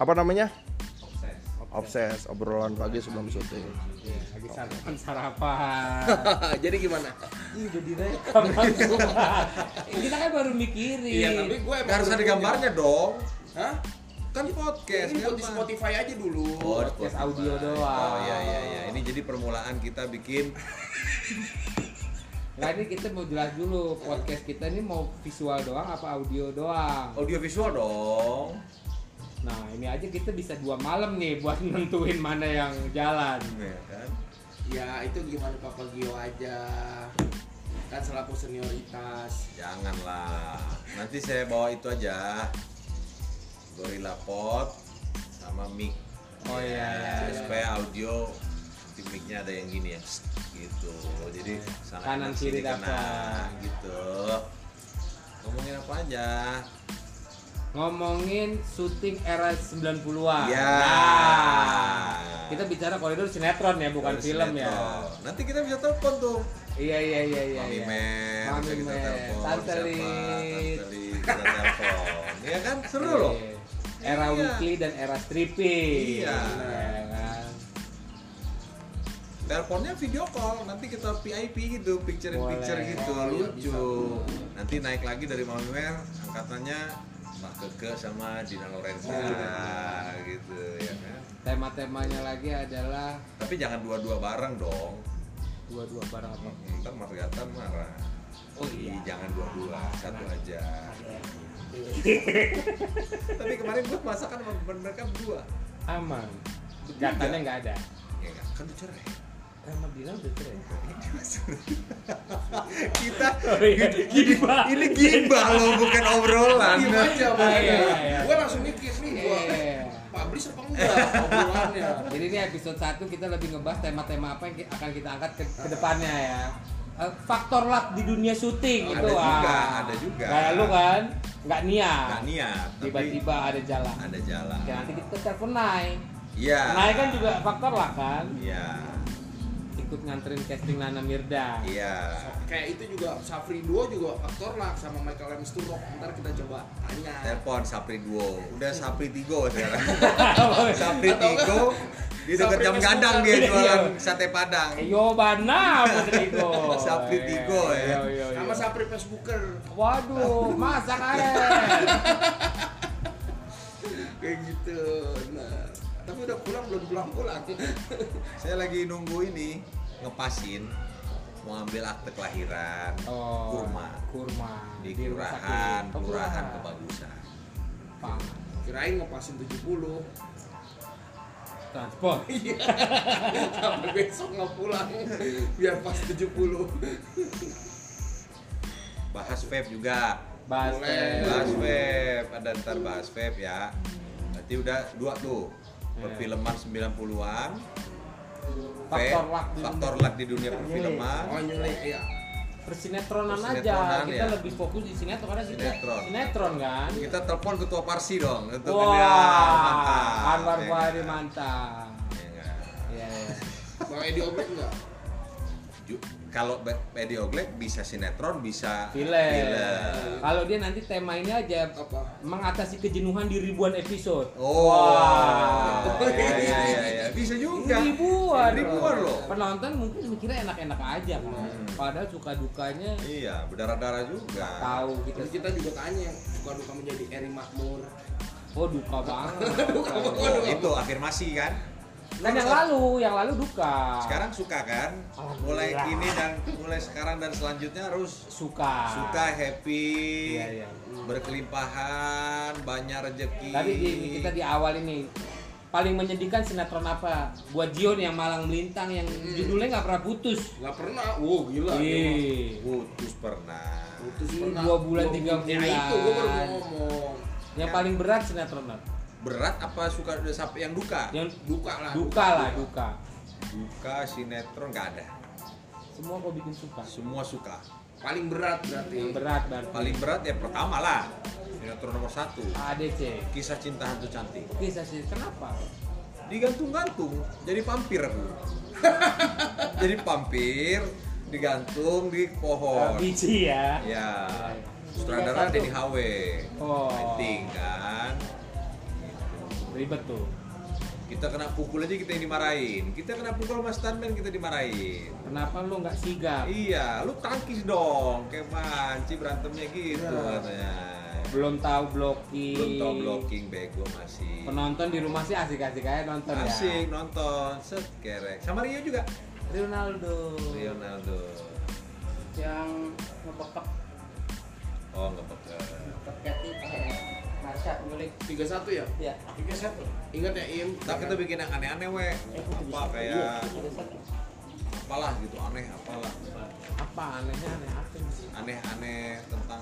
apa namanya Obses. obses obrolan pagi sebelum syuting Iya, lagi sarapan sarapan. jadi gimana Ih, udah direkam langsung. Kita kan baru mikirin. Iya, tapi gue emang Nggak harus ada sebelumnya. gambarnya dong. Hah? Kan podcast. Ini buat di gambar. Spotify aja dulu. Oh, di Podcast Spotify. audio doang. Oh iya iya iya. Ini jadi permulaan kita bikin Nah ini kita mau jelas dulu podcast kita ini mau visual doang apa audio doang. audio visual dong. Nah ini aja kita bisa dua malam nih buat nentuin mana yang jalan. Ya kan? Ya itu gimana Papa Gio aja. Kan selaku senioritas. Janganlah. Nanti saya bawa itu aja. Gorilla Pod sama mic. Oh iya. iya, Ya, iya. supaya audio di mic-nya ada yang gini ya. Gitu. Jadi sana Kanan enak, kiri sini kena, dapat. gitu. Ngomongin apa aja? Ngomongin syuting era 90-an. Ya. Nah, kita bicara koridor sinetron ya bukan Dari film ya. sinetron. Nanti kita bisa telepon tuh. Iya iya iya iya. Mami iya. Men, Mami bisa kita Men, telepon. Tantelit. Siapa? Tantelit, kita telepon. Iya kan? Seru loh. Iya. Era Iya. weekly dan era stripping. Iya. kan? Teleponnya video call, nanti kita VIP gitu, picture in picture Boleh. gitu, Oh, iya, bisa lucu. tuh. Nanti naik lagi dari Mami Men, angkatannya Mbak Keke sama Dina Lorenza Iya. gitu ya kan. Tema-temanya lagi adalah Tapi jangan dua-dua bareng dong. dua-dua barang apa? Ntar Mas Gatan marah. Oh Nah. Ih, jangan dua-dua, satu aja. Iya, Tapi kemarin gue masakan sama kan mereka berdua. Aman. Gatanya nggak ada. Ya nggak, kan lu cerai. Karena bilang udah cerai. Kita Oh, iya. Gini ini gibah loh bukan obrolan. Diam aja, Pak. Iya, iya. Gue langsung mikir nih gue. Publish apa enggak obrolannya? Jadi ini episode 1 kita lebih ngebahas tema-tema apa yang ki- akan kita angkat ke, ke depannya ya. Eh, Faktor luck di dunia syuting Ada itu juga, ah. ada juga. Kayak lu kan nggak niat. Nggak niat, tapi Tiba-tiba ada jalan. ada jalan. Iya. Ya, nanti kita telepon naik. Iya. Naik kan juga faktor lah kan. Iya. Ikut nganterin casting Nana Mirda. Iya. Kayak itu juga Safri Duo juga faktor lah sama Michael Lems tuh ntar kita coba tanya. Telepon Sapri Duo. Udah Sapri Tigo sekarang. Sapri Atau enggak? Tigo dia dekat Sapri Iya. jam gadang Kesukaan. dia Iya. jualan sate padang. Yo bana Putri Go. Sapri Tigo, ya. Yo, yo, yo. Sama Safri Facebooker. iya. Waduh, masak karen. kayak gitu nah tapi udah pulang belum pulang pulang Saya lagi nunggu ini ngepasin mau ambil akte kelahiran Oh. kurma Oh, Kurma. di rumah sakit. kelurahan Oh, kelurahan kebagusan Pang. kirain ngepasin 70 Transport. iya sampai besok nggak pulang biar pas 70 bahas vape juga Basket. bahas vape ada ntar bahas vape ya berarti udah dua tuh Iya. perfilman 90-an vape, Faktor luck di dunia. faktor Iya, luck di dunia perfilman oh nyulik iya Persinetronan aja. Persinetronan, Kita ya. lebih fokus di sinetron karena kita Sinetron. sinetron kan. kita telepon ketua parsi dong untuk Wah, ya, Anwar Ya Fahri nggak? mantap. Ya nggak? Iya. iya. bang Edi obet nggak Ju- kalau Be- Edi Oglek bisa sinetron bisa Film. Kalau dia nanti tema ini aja apa mengatasi kejenuhan di ribuan episode. Oh, Wah. iya, iya, iya, iya. bisa juga. ribuan. ribuan loh. Penonton mungkin mikirnya enak-enak aja kan. Hmm. Padahal suka dukanya Iya, berdarah-darah juga. tahu gitu. kita. tapi kita juga tanya yang suka duka menjadi Eri Makmur Oh duka banget. Oh, itu afirmasi kan. Dan yang lalu, yang lalu duka. Sekarang suka kan? Alhamdulillah. Mulai kini dan mulai sekarang dan selanjutnya harus suka. suka happy, Iya, iya. berkelimpahan, banyak rezeki. Tadi di- kita di awal ini paling menyedihkan sinetron apa? Buat Jion yang malang melintang yang judulnya nggak pernah putus. Iya. nggak pernah wow gila dia mah. Ih. putus pernah. putus Ini pernah dua bulan, tiga ya bulan. itu gue baru mau ngomong Yang paling berat sinetron apa? Berat apa suka udah sampai yang duka? Yang duka lah duka lah, duka. Duka sinetron nggak ada. Semua kau bikin suka. Semua suka. paling berat berarti Yang berat berarti Paling berat ya pertama lah. Sinetron nomor satu. ADC. Kisah cinta hantu cantik. Oke, sih kenapa? digantung-gantung jadi pampir aku jadi pampir digantung di pohon Biji ya. ya sutradara Denny Hawe Iya, Oh. Lighting kan ribet tuh Kita kena pukul aja kita yang dimarahin. Kita kena pukul sama stuntman kita dimarahin. kenapa lu nggak sigap Iya, lu tangkis dong. Kayak panci berantemnya gitu Iya. katanya. belum tahu blocking Belum tau blocking bego masih. penonton ya? di rumah sih asik-asik aja nonton Asik nonton, set kerek. Sama Rio juga. ya Ronaldo Ronaldo. yang ngebekep Oh, nggak bakal. Berkati Marsha milik tiga satu ya Iya. ya. tiga satu ingat ya im Ntar kita bikin yang aneh-aneh we. Apa kayak apalah gitu aneh apalah. apa anehnya aneh apa sih Aneh-aneh tentang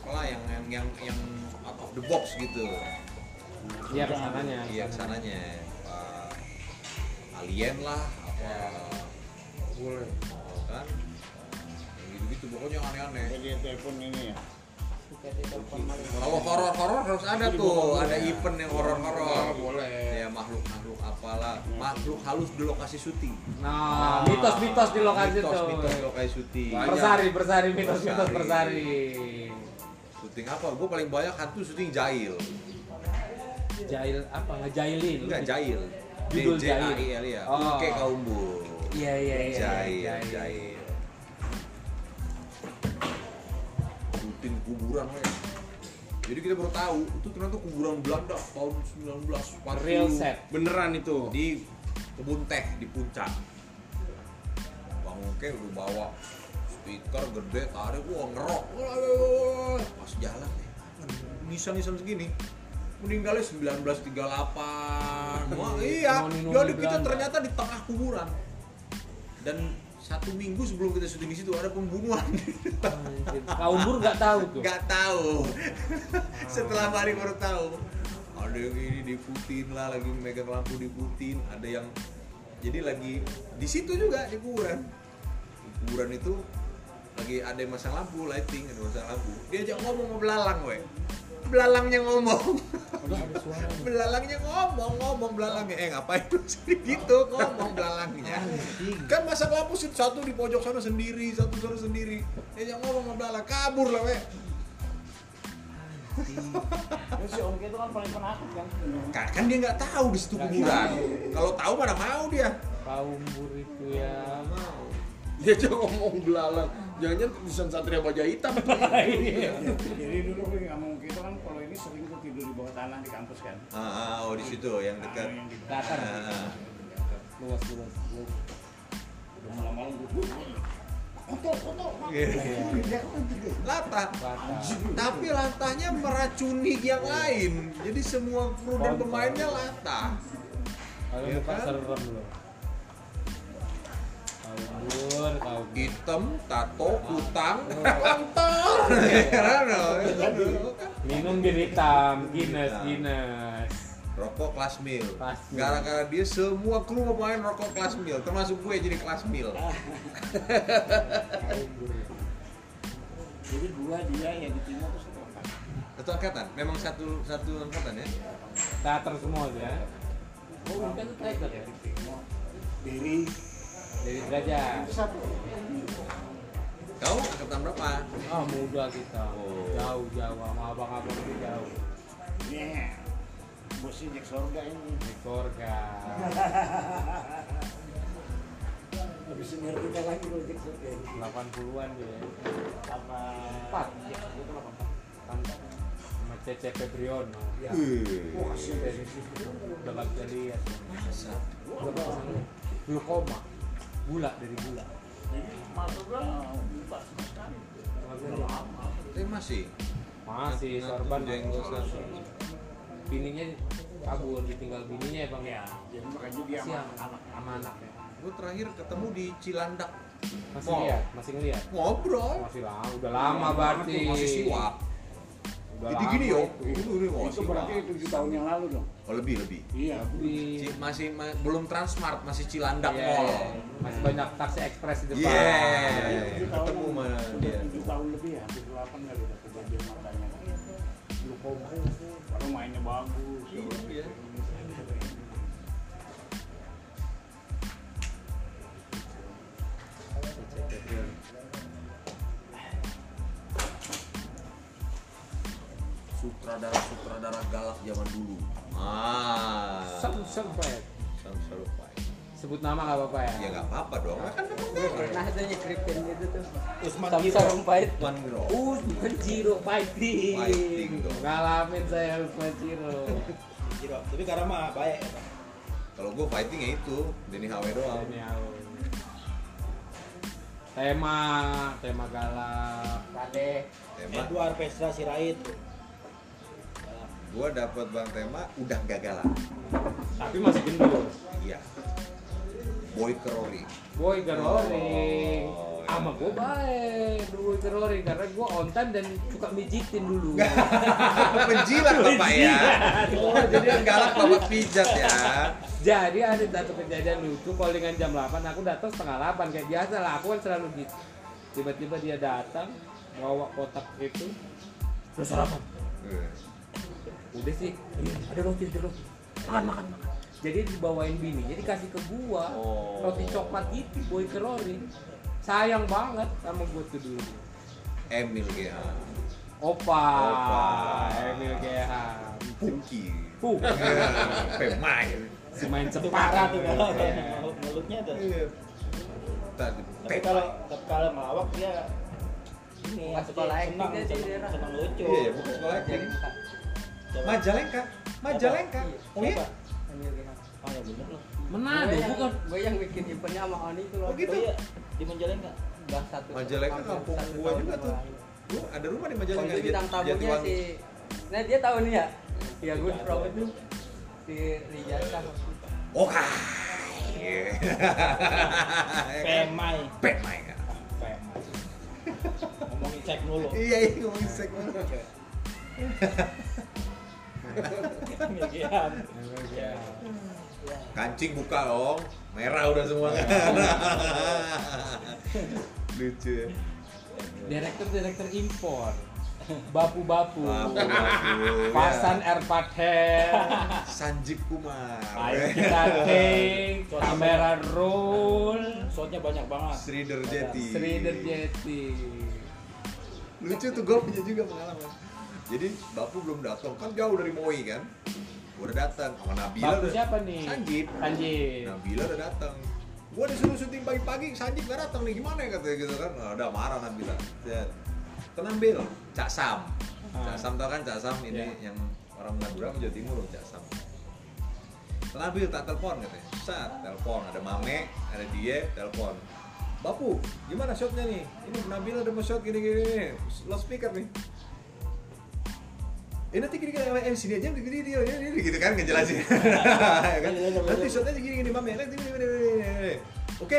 apalah yang yang yang, yang out of the box gitu. iya kesananya Iya sananya eh, alien lah apa boleh oh, kan Yang gitu-gitu pokoknya aneh-aneh. Jadi telepon ini ya. Bukan di telepon malam. Kalau horor-horor harus ada tuh, ada event yang horor-horor. Oh, boleh Ya makhluk-makhluk apalah, makhluk halus di lokasi syuting. nah mitos-mitos di lokasi mitos, tuh Mitos lokasi syuting. Banyak. persari persari mitos-mitos Persari. persari Syuting apa? Gue paling banyak hantu syuting jahil. jahil apa ngejailin Enggak jahil. Judul DJAIL ya. Oh. Oke kaum bu. iya iya iya Jahil, jahil. Syuting kuburan ya. Jadi kita baru tahu itu ternyata kuburan Belanda tahun 1940 real set beneran itu di kebun teh di puncak. Bang Oke udah bawa speaker gede tarik gua ngerok. Wah, wah, wah, wah. Pas jalan nih, nisan-nisan segini meninggalnya 1938. Wah, iya. Noni-noni Jadi kita Belanda. ternyata di tengah kuburan. Dan satu minggu sebelum kita syuting di situ ada pembunuhan. kaum bur nggak tahu tuh Gak tahu. Setelah balik baru tahu. Ada yang ini diputin lah lagi megang lampu diputin, ada yang jadi lagi di situ juga di kuburan. Di kuburan itu lagi ada yang masang lampu, lighting, ada yang masang lampu. Dia ajak ngomong sama belalang, weh. Belalangnya ngomong. belalangnya ngomong, ngomong belalangnya. Eh, ngapain lu sih gitu ngomong belalangnya. Kan masang lampu satu di pojok sana sendiri, satu sana sendiri. Dia ajak ngomong sama belalang, kabur lah, weh. Terus si Om Ki itu kan paling penakut kan. Ka- kan dia nggak tahu di situ kuburan kalau tahu mana mau dia kaum bur itu ya Dia aja ngomong belalang. Jangan-jangan tulisan Satria Baja Hitam. Iya. Jadi dulu gue nggak mau gitu kan kalau ini sering gue tidur di bawah tanah di kampus kan. ah, ah, oh di situ yang dekat Yang di Ah, datar ah. luas luas udah malam-malam gue kotor kotor. latah Latah. tapi latahnya meracuni yang lain jadi semua kru dan pemainnya latah kalau Iya bukan kan? serem loh kaum bur kaum Iya. bur. hitam tato utang kontol Iya, kan? minum bir hitam Guinness Hitam. Guinness rokok kelas mil Kelas mil. gara-gara dia semua kru pemain rokok kelas mil termasuk gue jadi kelas mil Jadi gua dia yang di timur terus gua makan. satu angkatan memang satu satu angkatan ya teater semua tuh ya kan Oh, bukan itu tracker ya. Dari dari derajat satu. kau angkatan berapa ah muda kita Oh. jauh jauh sama abang-abang itu jauh Nih. Iya. Bosnya Jack Sorga ini. di surga Lebih senior kita lagi kalau Jack Sorga. 80-an dia ya. Sama empat Sama- sama Cece Febriono ya. Iya. Wih. dari udah nggak bisa lihat udah nggak bisa lihat. Glaukoma. gula dari gula Jadi masuk gua buka sama sekali. Tapi masih. masih Satu sorban jenggol satu. bininya kabur ditinggal bininya ya bang ya Jadi makanya dia Kasihan sama anak. sama anaknya Gue terakhir ketemu di Cilandak. masih Wow. lihat masih ngeliat Ngobrol. masih lama udah lama berarti Masih siwak. udah Jadi lama gini yo. itu. Itu ini oh, Itu berarti siwak. tujuh tahun yang lalu dong. Oh lebih lebih. Iya. di Ci- masih ma- belum Transmart, masih Cilandak Iya, Mall. iya. masih banyak taksi ekspres di depan Iya. Tujuh tahun Ketemu sama dia. sudah tujuh tahun lebih ya, hampir delapan kali udah kejadian matanya. Baru mainnya bagus. Iya. Sutradara sutradara galak zaman dulu. Ah. Sam Sam Fred. Sam Sarupai. Sebut nama nggak apa-apa ya. Ya nggak apa-apa dong. Kan memang Pernah tuh nyekritin gitu tuh. Usman Tapi sarung pahit. One Gro. Uh, Usman Jiro fighting. Fighting dong. Ngalamin saya Usman Ciro. Jiro. Tapi karena mah baik. Kalau gue fighting ya itu, Denny Hawe doang. Ini aku. Tema, tema galak. Pade. Tema, Edward Pesra Sirait. gue dapet bang tema udah gagalan. Tapi masih gendut. Iya. Boy Kerori. Boy Geroring. Oh, iya. Sama gue baik dulu Boy Geroring karena gue on time dan suka mijitin dulu. Penjilat bapak ya. Oh, jadi yang galak bapak pijat ya. Jadi ada satu kejadian lucu callingan jam 8 aku datang setengah 8 kayak biasa lah aku kan selalu gitu. Tiba-tiba dia datang bawa kotak itu Terus sarapan. Iya, udah sih Ada roti, ada roti. Makan, makan, makan. jadi dibawain bini jadi kasih ke gua Oh. roti coklat gitu boy kerori sayang banget sama gua tuh dulu Emil GH. opa, Opa. Emil GH Puki. Puh, Iya. Pemain. si main Itu cepat parah tuh kalau kan. Iya. kalau mulutnya tuh. Tadi Tapi Pemain. kalau tapi kalau melawak dia ini Bukan sekolah Iya, maksudnya acting dia sih, Iya, senang, Dera. senang lucu. Iya, ya, bukan sekolah acting. Jadi makan. Coba. Majalengka. Majalengka. Siapa? Oh iya. Ambil gini. Oh ya bener loh. Menado Gua yang- bukan gua yang bikin eventnya sama Oni tuh loh. Oh, gitu? Oh iya, di Majalengka. Udah satu. Majalengka hampir kan kampung satu gua tahun juga tuh. mulai. Gua ada rumah di Kalau Majalengka. itu bintang Jati- tamunya Jatiwangi. si Nah dia tahu nih ya? Iya gue Robert tuh Si Rijasa Oka. Yeah. Pemai. Pemain. ya. Pemai. Ngomongin cek dulu. Iya, iya ngomongin segmen. Milian. Kancing buka dong, merah udah semua. Lucu ya. direktur direktur impor bapu-bapu Bapu, bapu, pasan ya. air patel Sanjib Kumar. air cutting kamera roll Shotnya banyak banget. Sridhar Jeti. Trader Jetty Lucu tuh gue punya juga pengalaman. Jadi Bapu belum datang, kan jauh dari Moi kan. Gua udah datang sama Nabila. Bapu udah- siapa nih? Sanjib. Sanjib. Nabila Nah, udah datang. Gua disuruh syuting pagi-pagi, Sanjib gak datang nih gimana ya katanya gitu kan. Nah, udah marah Nabila. Set. Tenang Bil, Cak Sam. Cak Sam tau kan Cak Sam ini yang orang Madura sama Jawa Timur loh Cak Sam. Tenang Bil, tak telepon katanya. Set, telepon. Ada Mame, ada dia, telepon. Bapu, gimana shotnya nih? Ini Nabila udah mau shot gini-gini nih. Loudspeaker nih. Eh nanti gini gini eh sini aja gini gini gini gini gitu kan ngejelasin. Iya, Ya kan? nanti shotnya gini gini mami nanti gini gini gini, gini, gini. Oke.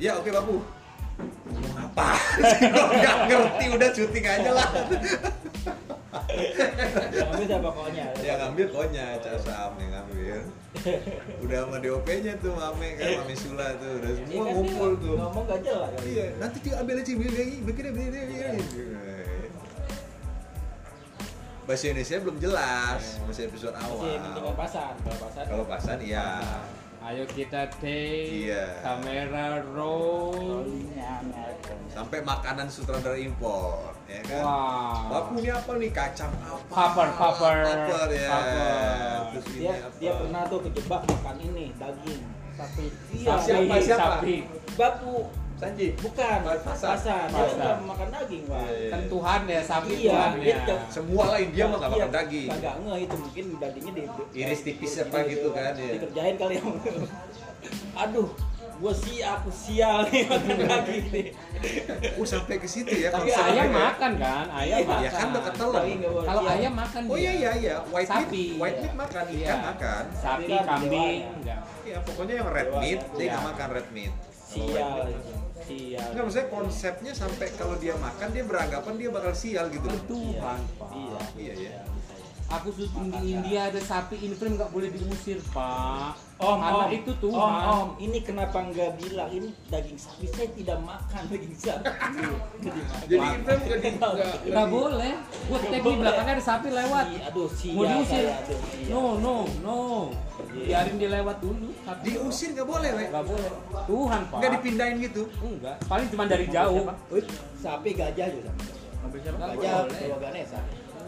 Ya oke bapu. Ngomong apa? Gak ngerti udah syuting aja lah. Ambil siapa pokoknya. ya ngambil konya casam yang ya, ngambil. Udah sama DOP-nya tuh mame kan mame Sula tuh udah Ini semua kan ngumpul dia tuh. Ngomong gak jelas. kan? Iya, nanti dia ambil aja begini begini begini begini. Iya. begini. Bahasa Indonesia belum jelas, masih episode Iya. Masih mendingan awal. pasar. Kalau pasar. Kalau pasan iya. ayo kita take Iya. kamera roll Sampai makanan sutradara impor, ya kan? Wow. Baku ini apa nih? Kacang apa? Paper, paper. Paper ya. Paper. Terus ini Dia apa? dia pernah tuh kejebak makan ini daging. Tapi Iya. Siapa, siapa? sapi Batu Sanji. bukan Pasar. pasar. pasar. Dia Pasar. udah makan daging, Pak. Iya. tentuhan ya sapi Iya, Tuhan dia ya. tiap- Semua lain dia mah nggak Iya, makan daging. Kagak nge itu mungkin dagingnya di Iris tipis apa gitu kan, ya. Dikerjain kali yang. Aduh, gua sih aku sial nih makan daging nih. Oh sampai ke situ ya. tapi konsepnya ayam ya. makan kan ayam Iya, makan Ya kan udah ketelan. Daging nggak boleh kalau sial. ayam makan Oh iya dia. iya iya. White Sapi. meat, white meat makan, ikan Iya. makan. sapi Ikan, kambing dewa. enggak Iya pokoknya yang red Dewa, meat ya. dia nggak Iya. makan red meat. Kalau white sial, meat- sial. Nggak maksudnya konsepnya sampai kalau dia makan dia beranggapan dia bakal sial gitu. Tuhan Pak. Iya, Iya, iya. bisa ya. Aku syuting di India ada sapi inframe nggak boleh diusir Pak. Om, Karena om, itu Tuhan. Om, om, ini kenapa nggak bilang ini daging sapi? Saya tidak makan daging sapi. Jadi makan. Jadi kita bukan di Iya, Nggak boleh. Gue tag di belakangnya ada sapi lewat. Si- aduh, sial. Mau diusir? saya, aduh, sial. No no no. Iya. Biarin dia lewat dulu. sapi. Diusir nggak boleh, we. Nggak boleh. Tuhan Pak. Nggak dipindahin gitu. Enggak. Paling cuma dari jauh. Sapi gajah juga sama. Hampir siapa? Nggak Gajah, boleh. Dewa Ganesa.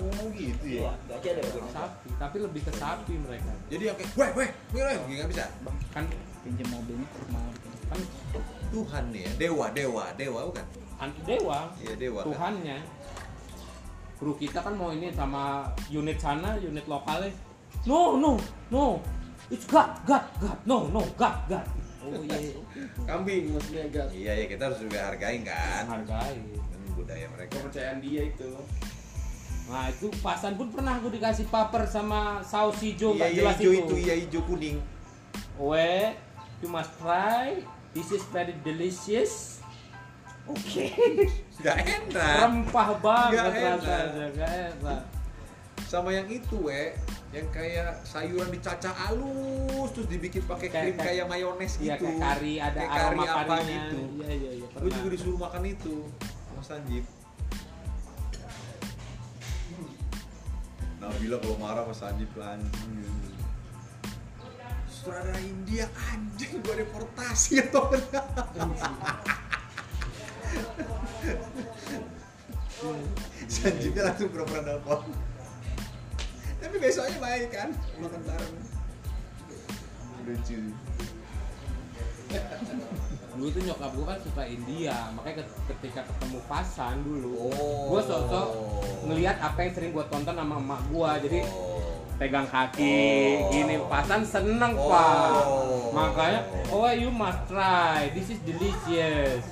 Oh gitu ya. Iya, Gajah Dewa Ganesa. sapi tapi lebih ke sapi mereka Jadi yang kayak, weh, weh, weh, weh, nggak bisa. kan Pinjem mobilnya maaf. kan Tuhan nih ya, dewa, dewa, dewa bukan? anti dewa Iya dewa. kan? Tuhannya kru kita kan mau ini sama unit sana unit lokalnya no no no it's God God God no no God God Oh iya. Kambing maksudnya gas. Iya ya kita harus juga hargain kan. hargai Kan budaya mereka. Kepercayaan dia itu. Nah itu pasan pun pernah aku dikasih paper sama saus hijau Iya nggak iya jelas hijau itu. itu, iya hijau kuning. We, you must try. This is very delicious. Oke. Gak enak. Rempah banget Nah, Nggak enak. rasanya, nggak enak. Sama yang itu we, yang kayak sayuran dicacah halus terus dibikin pakai Kayak- krim kayak- kayak mayones gitu. Iya kayak kari ada Kayak aroma apa karinya. gitu. Iya iya iya. Gue pernah. juga disuruh makan itu sama Sanjib. Nabila kalau marah sama Sanjib lah anjing. Sutradara India anjing gua deportasi ya, atau enggak? Sanjibnya langsung pura-pura nelpon. Tapi besoknya baik kan makan bareng. Lucu. Dulu tuh nyokap gue kan suka India, makanya ket- ketika ketemu pasan dulu, Oh. gue sosok ngelihat apa yang sering gue tonton sama emak gue, jadi Oh. pegang kaki Oh. gini pasan seneng Oh. pak makanya oh you must try this is delicious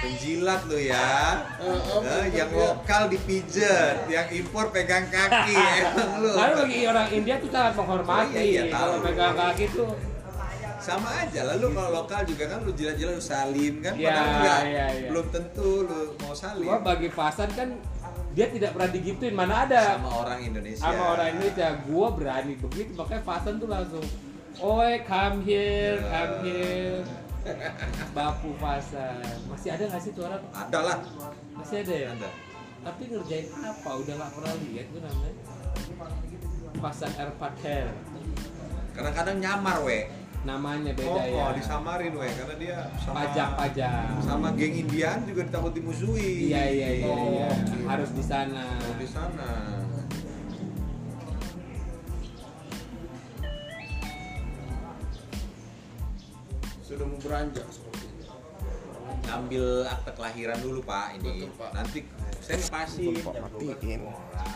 Penjilat lo ya. Eh, yang lokal dipijet, yang impor pegang kaki emang lu. lalu bagi orang India tuh sangat menghormati Oh, iya, iya, tahu. kalau pegang kaki tuh Sama aja lah lu kalau lokal juga kan lu jilat-jilat lu salin kan Iya, padahal nggak- iya, iya. belum tentu lu mau salin gua bagi pasan kan dia tidak pernah digituin mana ada sama orang Indonesia. sama orang Indonesia gua berani begitu makanya pasan tuh langsung Oi, come here, Iya. come here. Bapu Pasan. Masih ada nggak sih tuh orang? Ada lah. Masih ada ya? Ada. tapi ngerjain apa udah nggak pernah lihat gue namanya pasan air Patel Kadang-kadang nyamar we. namanya beda Oh, ya oh, disamarin we karena dia sama pajak pajak sama geng Indian juga ditakut dimusuhi. iya iya iya, Oh, iya. gitu. harus di sana Oh, di sana. Sudah mau beranjak sepertinya. Ambil akte kelahiran dulu Pak ini. Betul, Pak. Nanti saya pasti. matiin. Orang.